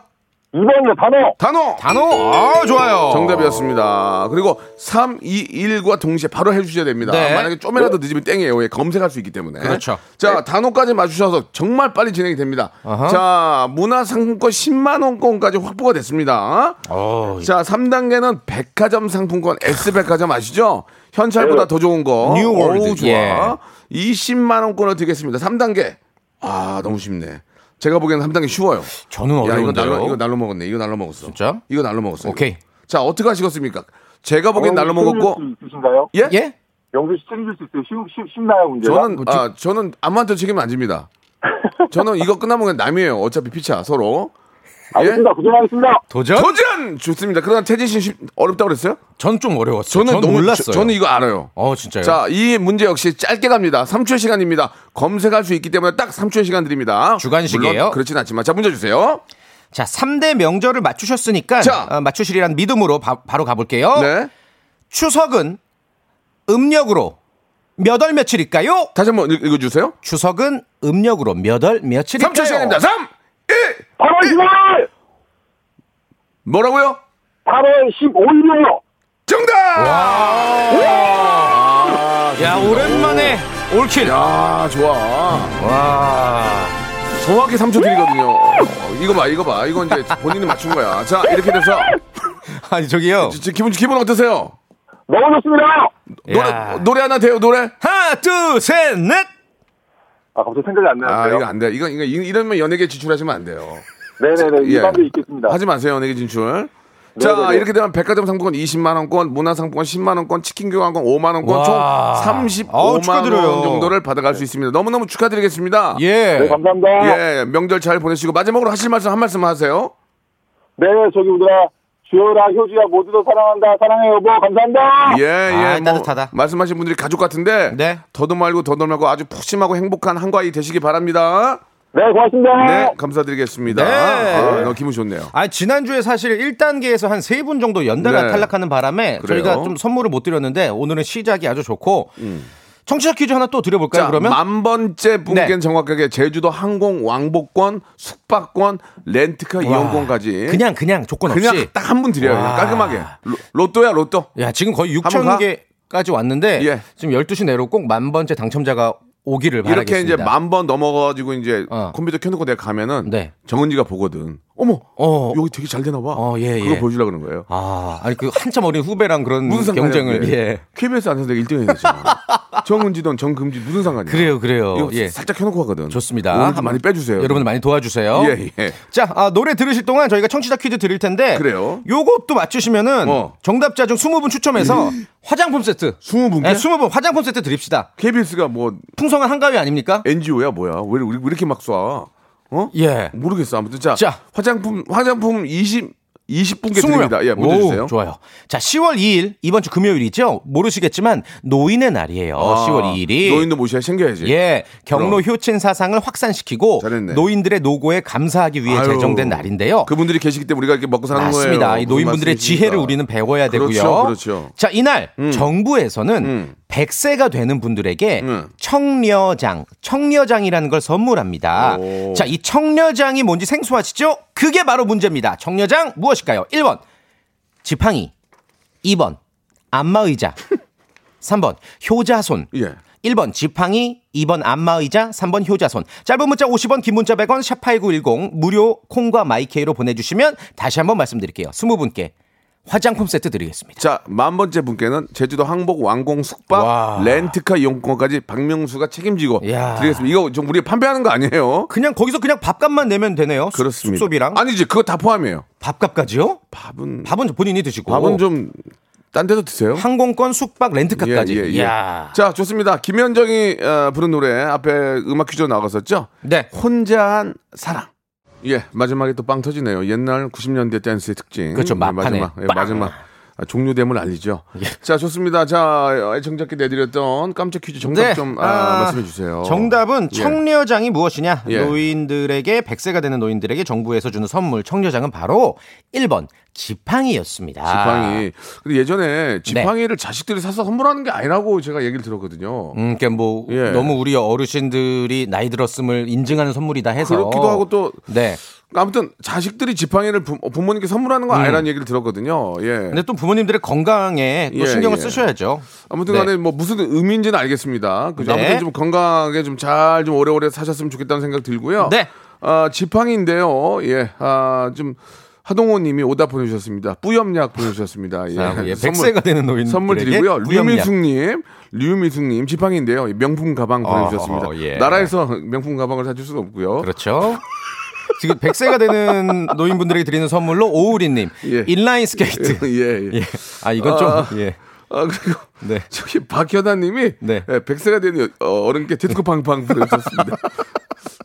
S10: 2번이요, 단어!
S3: 단어.
S8: 단오. 아, 좋아요.
S3: 정답이었습니다. 그리고 3, 2, 1과 동시에 바로 해주셔야 됩니다.
S8: 네.
S3: 만약에 좀이라도 늦으면 땡이에요. 예, 검색할 수 있기 때문에.
S8: 그렇죠.
S3: 자, 단어까지 맞추셔서 정말 빨리 진행이 됩니다.
S8: 아하.
S3: 자, 문화상품권 10만원권까지 확보가 됐습니다.
S8: 어,
S3: 자, 3단계는 백화점 상품권 S백화점 아시죠? 현찰보다 더 좋은 거.
S8: 뉴월드.
S3: 어우, 좋아.
S8: 예.
S3: 20만원권을 드리겠습니다. 3단계. 아, 너무 쉽네. 제가 보기에는 3단계 쉬워요.
S8: 저는
S3: 야, 이거
S8: 어려운데요.
S3: 날로, 이거 날로 먹었네. 이거 날로 먹었어.
S8: 진짜?
S3: 이거 날로 먹었어. 이거.
S8: 오케이.
S3: 자, 어떻게 하시겠습니까? 제가 보기엔
S6: 어,
S3: 날로 먹었고,
S10: 있으신가요?
S8: 예?
S10: 영수 씨 책임질 수 있어요? 쉬, 쉬, 쉽나요, 문제가?
S3: 저는, 아, 저는 아무한테 책임 안 집니다. 저는 이거 끝나면 그냥 남이에요. 어차피 피차, 서로. 예?
S10: 알겠습니다. 고생하겠습니다.
S8: 도전?
S3: 도전! 좋습니다. 그러나 태진 씨 쉽- 어렵다고 그랬어요?
S8: 전 좀 어려웠어요.
S3: 저는
S8: 전
S3: 너무
S8: 몰랐어요.
S3: 저, 는 이거 알아요.
S8: 어, 진짜요?
S3: 자, 이 문제 역시 짧게 갑니다. 3초의 시간입니다. 검색할 수 있기 때문에 딱 3초의 시간 드립니다.
S8: 주관식이에요.
S3: 물론 그렇진 않지만. 자, 문제 주세요.
S8: 자, 3대 명절을 맞추셨으니까
S3: 자.
S8: 어, 맞추시리란 믿음으로 바, 로 가볼게요.
S3: 네.
S8: 추석은 음력으로 몇 월 며칠일까요?
S3: 다시 한번 읽- 읽어주세요.
S8: 추석은 음력으로 몇 월 며칠일까요?
S3: 3초의 시간입니다. 3, 1.
S10: 8월 15일!
S3: 뭐라고요?
S10: 8월 15일이요!
S3: 정답!
S8: 야, 오랜만에 올킬.
S3: 야, 좋아. 정확히 3초 드리거든요. 어, 이거 봐, 이거 봐. 이건 이제 본인이 맞춘 거야. 자, 이렇게 돼서
S8: 아니, 저기요.
S3: 지- 기분 기분 어떠세요?
S10: 너무 좋습니다!
S3: 노래
S8: 야.
S3: 노래 하나 돼요, 노래?
S8: 하나, 둘, 셋, 넷.
S10: 아, 갑자기 생각이 안
S3: 아,
S10: 나는데요?
S3: 이거 안 돼. 이거 이거 이- 이러면 연예계 진출하시면 안 돼요.
S10: 네네네,
S3: 예.
S10: 일반도 있겠습니다.
S3: 하지 마세요, 연예계 진출. 자,
S10: 네네네.
S3: 이렇게 되면 백화점 상품권 20만 원권, 문화 상품권 10만 원권, 치킨 교환권 5만 원권 총
S8: 와.
S3: 35만
S8: 아우,
S3: 원
S8: 축하드려요.
S3: 정도를 받아갈 수 있습니다. 너무너무 축하드리겠습니다.
S8: 예.
S10: 네,
S3: 뭐
S10: 감사합니다.
S3: 예, 명절 잘 보내시고 마지막으로 하실 말씀 한 말씀 하세요.
S10: 네, 저기 우리가 주열아, 효주야, 모두들 사랑한다. 사랑해, 여보. 감사합니다.
S3: 예, 예.
S8: 아이, 따뜻하다.
S3: 말씀하신 분들이 가족 같은데
S8: 네.
S3: 더도 말고 더도 말고 아주 푸짐하고 행복한 한가위 되시기 바랍니다.
S10: 네, 고맙습니다.
S3: 네, 감사드리겠습니다.
S8: 네.
S3: 아, 너무 기분 좋네요.
S8: 아 지난주에 사실 1단계에서 한 세 분 정도 연달아
S3: 네.
S8: 탈락하는 바람에
S3: 그래요.
S8: 저희가 좀 선물을 못 드렸는데 오늘은 시작이 아주 좋고 청취자 퀴즈 하나 또
S3: 음.
S8: 드려볼까요?
S3: 자,
S8: 그러면
S3: 만 번째 분께는
S8: 네.
S3: 정확하게 제주도 항공 왕복권, 숙박권, 렌트카 이용권까지
S8: 그냥 그냥 조건 없이
S3: 그냥 딱 한 분 드려요. 그냥
S8: 와.
S3: 깔끔하게. 로, 또야 로또.
S8: 야 지금 거의 6천
S3: 한번 가?
S8: 개까지 왔는데
S3: 예.
S8: 지금 12시 내로 꼭 만 번째 당첨자가 오기를 바라겠습니다.
S3: 이렇게 이제 만 번 넘어가지고 이제
S8: 네, 어.
S3: 컴퓨터 켜놓고 내가 가면은
S8: 네.
S3: 정은지가 보거든. 어머,
S8: 어.
S3: 여기 되게 잘 되나 봐.
S8: 어, 예,
S3: 그거
S8: 예.
S3: 보여주려 고 그런 거예요.
S8: 아, 아니 그 한참 어린 후배랑 그런
S3: 무슨 상관이야?
S8: 경쟁을
S3: 그게?
S8: 예.
S3: KBS 안에서 내가 1등 해야 되잖아. 정은지든 정금지 무슨 상관이야?
S8: 그래요, 그래요.
S3: 이거
S8: 예.
S3: 살짝 켜놓고 하거든.
S8: 좋습니다.
S3: 오늘 좀
S8: 한번
S3: 많이 빼주세요.
S8: 여러분 많이 도와주세요.
S3: 예, 예.
S8: 자, 아, 노래 들으실 동안 저희가 청취자 퀴즈 드릴 텐데.
S3: 그래요.
S8: 요것도 맞추시면은
S3: 어. 음.
S8: 정답자 중 20분 추첨해서 화장품 세트.
S3: 20분께?
S8: 예, 20분 화장품 세트 드립시다.
S3: KBS가 뭐
S8: 풍성한 한가위 아닙니까?
S3: NGO야 뭐야? 왜, 왜 이렇게 막 쏴? 어?
S8: 예.
S3: 모르겠어. 아무튼 자,
S8: 자.
S3: 화장품 화장품 20 20분께
S8: 20명.
S3: 드립니다. 예, 먼저
S8: 오,
S3: 주세요.
S8: 좋아요. 자, 10월 2일 이번 주 금요일이죠. 모르시겠지만 노인의 날이에요. 10월 2일이.
S3: 아, 노인도 모셔야 챙겨야지.
S8: 예, 경로
S3: 그럼.
S8: 효친 사상을 확산시키고
S3: 잘했네.
S8: 노인들의 노고에 감사하기 위해
S3: 아유,
S8: 제정된 날인데요.
S3: 그분들이 계시기 때문에 우리가 이렇게 먹고 사는
S8: 맞습니다.
S3: 거예요.
S8: 이 노인분들의
S3: 무슨
S8: 지혜를
S3: 말씀이십니까?
S8: 우리는 배워야 되고요.
S3: 그렇죠, 그렇죠.
S8: 자, 이날 정부에서는
S3: 음.
S8: 100세가 되는 분들에게
S3: 음.
S8: 청려장, 청려장이라는 걸 선물합니다.
S3: 오.
S8: 자, 이 청려장이 뭔지 생소하시죠? 그게 바로 문제입니다. 청려장 무엇일까요? 1번 지팡이, 2번 안마의자, 3번 효자손.
S3: 예.
S8: 1번 지팡이, 2번 안마의자, 3번 효자손. 짧은 문자 50원, 긴 문자 100원, 샵8910 무료 콩과 마이케이로 보내주시면 다시 한번 말씀드릴게요. 20분께 화장품 세트 드리겠습니다.
S3: 자, 만 번째 분께는 제주도 항복 왕공 숙박
S8: 와.
S3: 렌트카 이용권까지 박명수가 책임지고
S8: 야.
S3: 드리겠습니다. 이거 좀 우리 판매하는 거 아니에요?
S8: 그냥 거기서 그냥 밥값만 내면 되네요. 숙-
S3: 그렇습니다.
S8: 숙소비랑
S3: 아니지, 그거 다 포함이에요.
S8: 밥값까지요?
S3: 밥은
S8: 밥은 본인이 드시고
S3: 밥은 좀 딴 데서 드세요.
S8: 항공권, 숙박, 렌트카까지.
S3: 예,
S8: 이야.
S3: 자, 좋습니다. 김현정이 어, 부른 노래 앞에 음악 퀴즈 나갔었죠?
S8: 네.
S3: 혼자한 사랑. 예, 마지막에 또 빵 터지네요. 옛날 90년대 댄스의 특징.
S8: 그렇죠,
S3: 예,
S8: 막판에
S3: 마지막. 예,
S8: 빵. 예.
S3: 마지막. 아, 종료됨을 알리죠. 자, 좋습니다. 자, 애청자께 내드렸던 깜짝 퀴즈 정답
S8: 네.
S3: 좀 아,
S8: 아,
S3: 말씀해 주세요.
S8: 정답은
S3: 예.
S8: 청려장이 무엇이냐?
S3: 예.
S8: 노인들에게 100세가 되는 노인들에게 정부에서 주는 선물 청려장은 바로 1번 지팡이였습니다.
S3: 지팡이.
S8: 아.
S3: 근데 예전에 지팡이를 자식들이 사서 선물하는 게 아니라고 제가 얘기를 들었거든요.
S8: 네. 음, 그러니까 뭐
S3: 예.
S8: 너무 우리 어르신들이 나이 들었음을 인증하는 선물이다 해서
S3: 그렇기도 하고 또
S8: 네.
S3: 아무튼 자식들이 지팡이를 부, 모님께 선물하는 건
S8: 음.
S3: 아니라는 얘기를 들었거든요. 예.
S8: 근데 또 부모님들의 건강에 또
S3: 예,
S8: 신경을
S3: 예.
S8: 쓰셔야죠.
S3: 아무튼
S8: 네.
S3: 간에 뭐 무슨 의미인지는 알겠습니다. 그죠?
S8: 네.
S3: 아무튼 좀 건강하게 좀 잘 좀 오래오래 사셨으면 좋겠다는 생각 들고요.
S8: 네.
S3: 아, 지팡이인데요. 예. 아, 좀 하동호 님이 오답 보내주셨습니다. 뿌염약 보내주셨습니다. 예.
S8: 아, 예.
S3: 선물-
S8: 100세가 되는 노인들에게
S3: 선물 드리고요.
S8: 뿌염약.
S3: 류미숙님, 류미숙님 지팡이인데요. 명품 가방 보내주셨습니다.
S8: 어허, 예.
S3: 나라에서 명품 가방을 사줄 수는 없고요.
S8: 그렇죠. 지금 100세가 되는 노인분들에게 드리는 선물로 오우리 님.
S3: 예.
S8: 인라인 스케이트.
S3: 예, 예.
S8: 예. 아, 이건 좀
S3: 아.
S8: 예.
S3: 아 그리고
S8: 네.
S3: 저기 박현아님이
S8: 네.
S3: 예, 백세가 되는 여- 어, 어른께 디스코 팡팡 보내주셨습니다.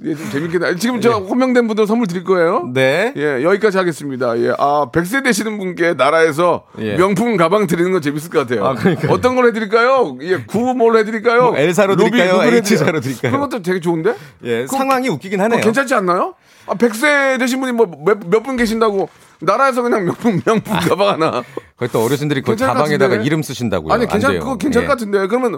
S3: 예, 좀 재밌게 나. 지금 저 호명된 분들 선물 드릴 거예요.
S8: 네.
S3: 예, 여기까지 하겠습니다. 예, 아 백세 되시는 분께 나라에서
S8: 예.
S3: 명품 가방 드리는 건 재밌을 것 같아요.
S8: 아, 그러니까요.
S3: 어떤 걸 해드릴까요? 예, 구뭘 해드릴까요?
S8: 뭐 엘사로 드릴까요? H사로 드릴까요?
S3: 그런 것도 되게 좋은데?
S8: 예,
S3: 그거
S8: 상황이 웃기긴
S3: 그거
S8: 하네요.
S3: 괜찮지 않나요? 아, 백세 되신 분이 뭐 몇 분 계신다고 나라에서 그냥 명품 명품
S8: 아.
S3: 가방 하나.
S8: 거기 또 어르신들이 그
S3: 괜찮을 것
S8: 가방에다가
S3: 같은데.
S8: 이름 쓰신다고요.
S3: 아니
S8: 안
S3: 괜찮
S8: 돼요.
S3: 그거 괜찮을
S8: 예.
S3: 것 같은데 그러면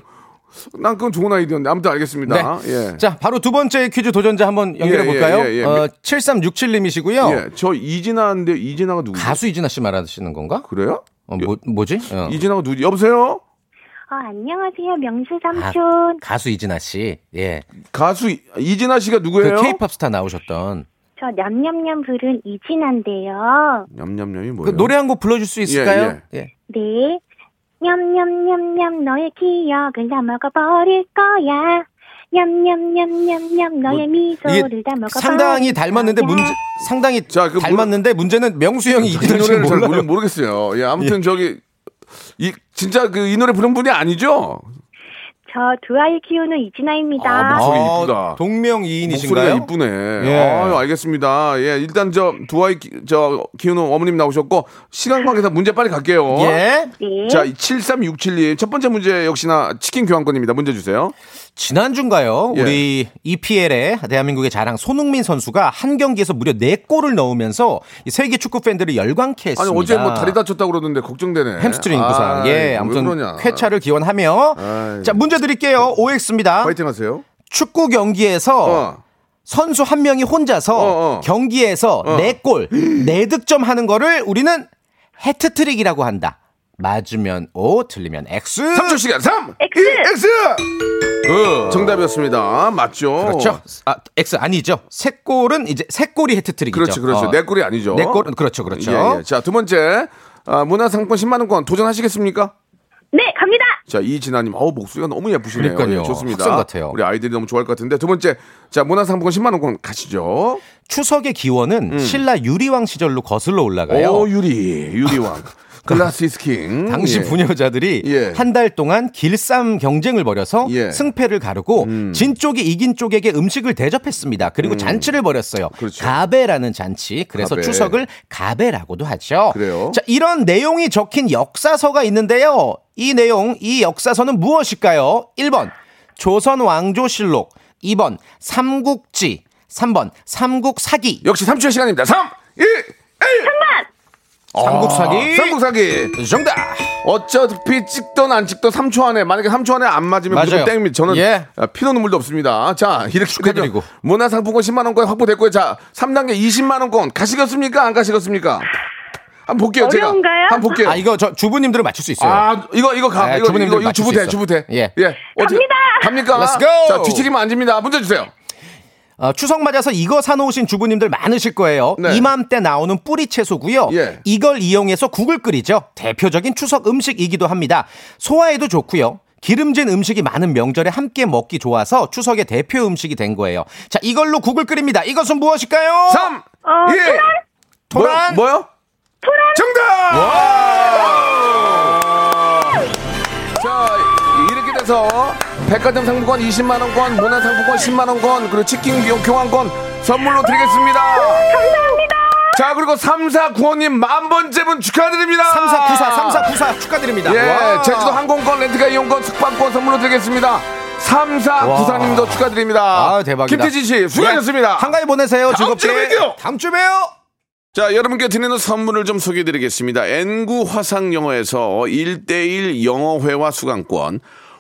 S3: 난 그건 좋은 아이디어인데 아무튼
S8: 네.
S3: 알겠습니다. 예.
S8: 자, 바로 두 번째 퀴즈 도전자 한번 연결해
S3: 예, 예,
S8: 볼까요?
S3: 예, 예.
S8: 어, 7367님이시고요.
S3: 예, 저 이진아인데 이진아가 누구?
S8: 어. 가수 이진아 씨 말하시는 건가?
S3: 그래요?
S8: 어, 뭐, 뭐지? 어.
S3: 이진아가 누구? 여보세요?
S9: 어, 안녕하세요, 명수
S8: 아,
S9: 삼촌.
S8: 가수 이진아 씨. 예.
S3: 가수 이- 이진아 씨가
S8: 그
S3: 누구예요?
S8: 케이팝 스타 나오셨던.
S9: 저 냠냠냠 부른 이진한데요.
S3: 냠냠냠이
S8: 그
S3: 뭐예요? 아,
S8: 노래 한 곡 불러줄 수 있을까요? 예.
S9: 네. 냠냠냠냠 너의 기억을 다 먹어버릴 거야. 냠냠냠냠냠 너의 미소를 다 먹어버릴
S8: 뭐, 상당히 닮았는데
S9: 거야.
S8: 문제, 상당히
S3: 자, 그
S8: 닮았는데 문제는 명수 형이
S3: 이
S8: 이진아 씨를
S3: 노래를 잘
S8: 몰라요. 예.
S3: 모르, 모르겠어요. 예, 아무튼 저기 이 진짜 그 이 노래 부른 분이 아니죠?
S9: 저 두 아이 키우는 이진아입니다.
S3: 아, 뭐- 목소리 이쁘다. 목소리가
S8: 동명이인이신가요?
S5: 이쁘네.
S8: 예.
S5: 아유, 알겠습니다. 예, 일단 저 두 아이 키, 저 키우는 어머님 나오셨고 시간 관계상 문제 빨리 갈게요.
S8: 예.
S9: 네.
S5: 자, 73672. 첫 번째 문제 역시나 치킨 교환권입니다. 문제 주세요.
S8: 지난주인가요?
S5: 예.
S8: 우리 EPL의 대한민국의 자랑 손흥민 선수가 한 경기에서 무려 4골을 넣으면서 이 세계 축구 팬들을 열광케 했습니다.
S5: 아니, 어제 뭐 다리 다쳤다고 그러던데 걱정되네.
S8: 햄스트링
S5: 아,
S8: 부상. 예,
S5: 왜
S8: 아무튼
S5: 그러냐.
S8: 쾌차를 기원하며
S5: 아이.
S8: 자 문제 드릴게요. OX입니다.
S5: 파이팅 하세요.
S8: 음. 축구 경기에서
S5: 어.
S8: 선수 한 명이 혼자서
S5: 어, 어.
S8: 경기에서 네 골, 네 득점 하는 거를 우리는 해트트릭이라고 한다. 맞으면 O, 틀리면 X.
S5: 3초 시간. 3.
S9: X.
S5: X. 어, 정답이었습니다. 맞죠?
S8: 그렇죠.
S5: 어.
S8: 아, X 아니죠. 세 골은 이제 세 골이 해트트릭이죠.
S5: 그렇죠, 그렇죠.
S8: 어,
S5: 내 꼴이 아니죠.
S8: 내 골은 그렇죠, 그렇죠.
S5: 예, 예. 자, 두 번째. 아, 문화상품 10만원권 도전하시겠습니까?
S9: 네, 갑니다.
S5: 자, 이진아님, 어우, 목소리가 너무 예쁘시네요.
S8: 그러니까요.
S5: 예, 좋습니다.
S8: 학생 같아요.
S5: 우리 아이들이 너무 좋아할 것 같은데. 두 번째. 자, 문화상품권 10만원권 가시죠.
S8: 추석의 기원은 신라 유리왕 시절로 거슬러 올라가요.
S5: 음. 오, 어, 유리. 유리왕. 글라시스 킹.
S8: 당시
S5: 예.
S8: 부녀자들이
S5: 예.
S8: 한 달 동안 길쌈 경쟁을 벌여서
S5: 예. 음.
S8: 승패를 가르고 진 쪽이 이긴 쪽에게 음식을 대접했습니다. 그리고 잔치를 벌였어요.
S5: 그렇죠.
S8: 가베라는 잔치. 그래서
S5: 가베.
S8: 추석을 가베라고도 하죠.
S5: 그래요?
S8: 자, 이런 내용이 적힌 역사서가 있는데요. 이 내용, 이 역사서는 무엇일까요? 1번 조선 왕조실록, 2번 삼국지, 3번 삼국사기.
S5: 역시 3초의 시간입니다. 3, 2, 1.
S8: 삼국사기.
S5: 어, 삼국사기.
S8: 정답.
S5: 어차피 찍던 안 찍던 3초 안에 만약에 3초 안에 안 맞으면
S8: 맞아요.
S5: 무조건 땡입니다. 저는
S8: 예.
S5: 아, 피도 눈물도 없습니다. 자 이렇게
S8: 축하드리고.
S5: 되면 문화상품권 10만 원권 확보됐고요. 자 3단계 20만 원권 가시겠습니까? 안 가시겠습니까? 한번 볼게요. 제가
S9: 어려운가요?
S5: 한번 볼게요.
S8: 아, 이거 저 주부님들은 맞출 수 있어요.
S5: 아, 이거 이거 가.
S8: 네,
S5: 이거
S8: 주부님들
S5: 이거, 이거
S8: 맞출
S5: 주부
S8: 수
S5: 돼.
S8: 있어.
S5: 주부 돼.
S8: 예.
S5: 예. 어떻게-
S9: 갑니다.
S5: 갑니까?
S8: Let's go.
S5: 자, 뒤치리면 안 집니다. 문제 주세요.
S8: 어, 추석 맞아서 이거 사놓으신 주부님들 많으실 거예요.
S5: 네.
S8: 이맘때 나오는 뿌리 채소고요.
S5: 예.
S8: 이걸 이용해서 국을 끓이죠. 대표적인 추석 음식이기도 합니다. 소화에도 좋고요. 기름진 음식이 많은 명절에 함께 먹기 좋아서 추석의 대표 음식이 된 거예요. 자, 이걸로 국을 끓입니다. 이것은 무엇일까요?
S5: 3
S8: 예?
S9: 어,
S5: 2
S8: 토란.
S5: 뭐, 예. 뭐요? 뭐요? 정답! 자, 이렇게 돼서 백화점 상품권 20만 원권, 문화 상품권 10만 원권, 그리고 치킨 교- 교환권 선물로 드리겠습니다. 감사합니다. 자, 그리고 3495님 만 번째 분 축하드립니다.
S8: 3494, 3494 축하드립니다.
S5: 예,
S8: 와.
S5: 제주도 항공권, 렌트카 이용권, 숙박권 선물로 드리겠습니다. 3494님도 축하드립니다.
S8: 아, 대박이다.
S5: 김태진 씨, 수고하셨습니다.
S8: 예, 한가위 보내세요.
S5: 다음
S8: 즐겁게.
S5: 주에 뵐게요.
S8: 다음 주에 봬요.
S5: 자, 여러분께 드리는 선물을 좀 소개해 드리겠습니다. N구 화상 영어에서 1대1 영어회화 수강권,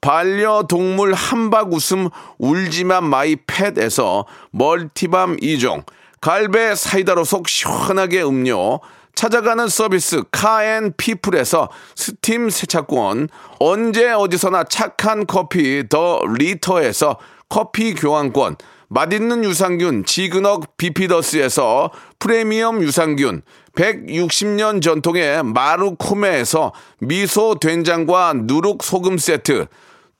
S5: 반려동물 함박 웃음 울지마 마이 팻에서 멀티밤 이종 갈배 사이다로 속 시원하게 음료, 찾아가는 서비스 카앤피플에서 스팀 세차권, 언제 어디서나 착한 커피 더 리터에서 커피 교환권, 맛있는 유산균 지그넉 비피더스에서 프리미엄 유산균, 160년 전통의 마루코메에서 미소 된장과 누룩 소금 세트,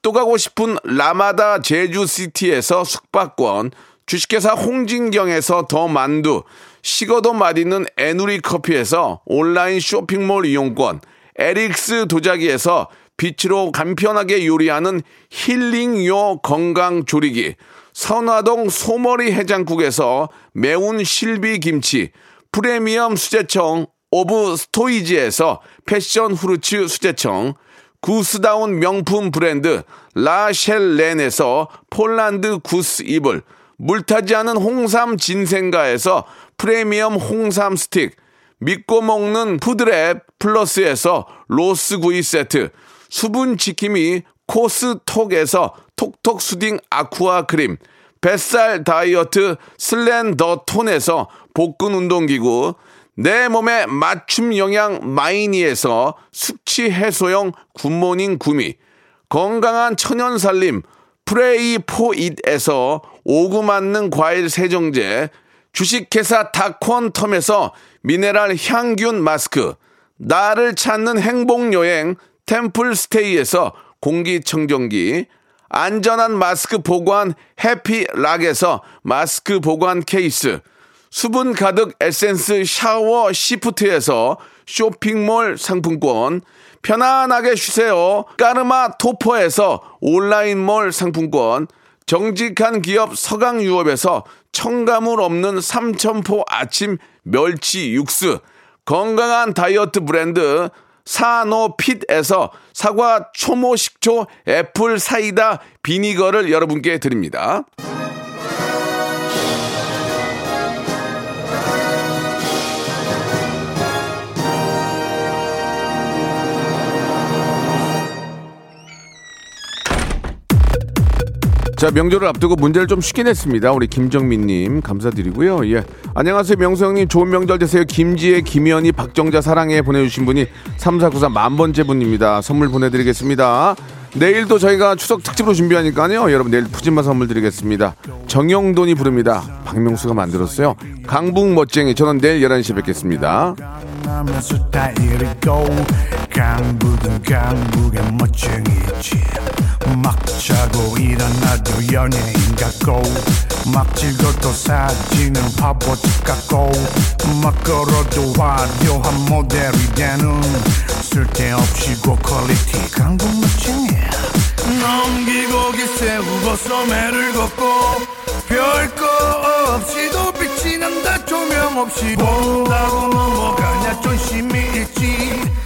S5: 또 가고 싶은 라마다 제주시티에서 숙박권, 주식회사 홍진경에서 더 만두, 식어도 맛있는 에누리 커피에서 온라인 쇼핑몰 이용권, 에릭스 도자기에서 빛으로 간편하게 요리하는 힐링요 건강조리기, 선화동 소머리 해장국에서 매운 실비김치, 프리미엄 수제청 오브 스토이지에서 패션 후르츠 수제청, 구스다운 명품 브랜드 라셸렌에서 폴란드 구스 이불, 물타지 않은 홍삼 진생가에서 프리미엄 홍삼 스틱, 믿고 먹는 푸드랩 플러스에서 로스구이 세트, 수분 지킴이 코스톡에서 톡톡 수딩 아쿠아 크림, 뱃살 다이어트 슬렌더 톤에서 복근 운동기구, 내 몸에 맞춤 영양 마이니에서 숙취 해소용 굿모닝 구미, 건강한 천연 살림 프레이 포잇에서 오구 맞는 과일 세정제, 주식회사 다콘텀에서 미네랄 향균 마스크, 나를 찾는 행복여행 템플스테이에서 공기청정기, 안전한 마스크 보관 해피락에서 마스크 보관 케이스, 수분 가득 에센스 샤워 시프트에서 쇼핑몰 상품권, 편안하게 쉬세요. 까르마 토퍼에서 온라인몰 상품권, 정직한 기업 서강유업에서 첨가물 없는 삼천포 아침 멸치 육수, 건강한 다이어트 브랜드 사노핏에서 사과 초모 식초 애플 사이다 비니거를 여러분께 드립니다.
S3: 자 명절을 앞두고 문제를 좀 쉽게 냈습니다. 우리 김정민님 감사드리고요. 예 안녕하세요 명성님 좋은 명절 되세요. 김지혜 김현희 박정자 사랑해 보내주신 분이 3494 만번째 분입니다. 선물 보내드리겠습니다. 내일도 저희가 추석 특집으로 준비하니까요. 여러분 내일 푸짐한 선물 드리겠습니다. 정영돈이 부릅니다. 박명수가 만들었어요. 강북 멋쟁이 저는 내일 11시에 뵙겠습니다.
S6: 강남에서 다 이리고 강북은 강북의 멋쟁이지 막 자고 일어나도 연예인 같고 막 찍어도 사진은 화보집 같고 막 걸어도 화려한 모델이 되는 쓸데없이 고퀄리티 강북 멋쟁이 넘기고 기세우고 소매를 걷고 별거 없이도 빛이 난다 조명 없이 본다고 넘어가냐 존심이 있지 네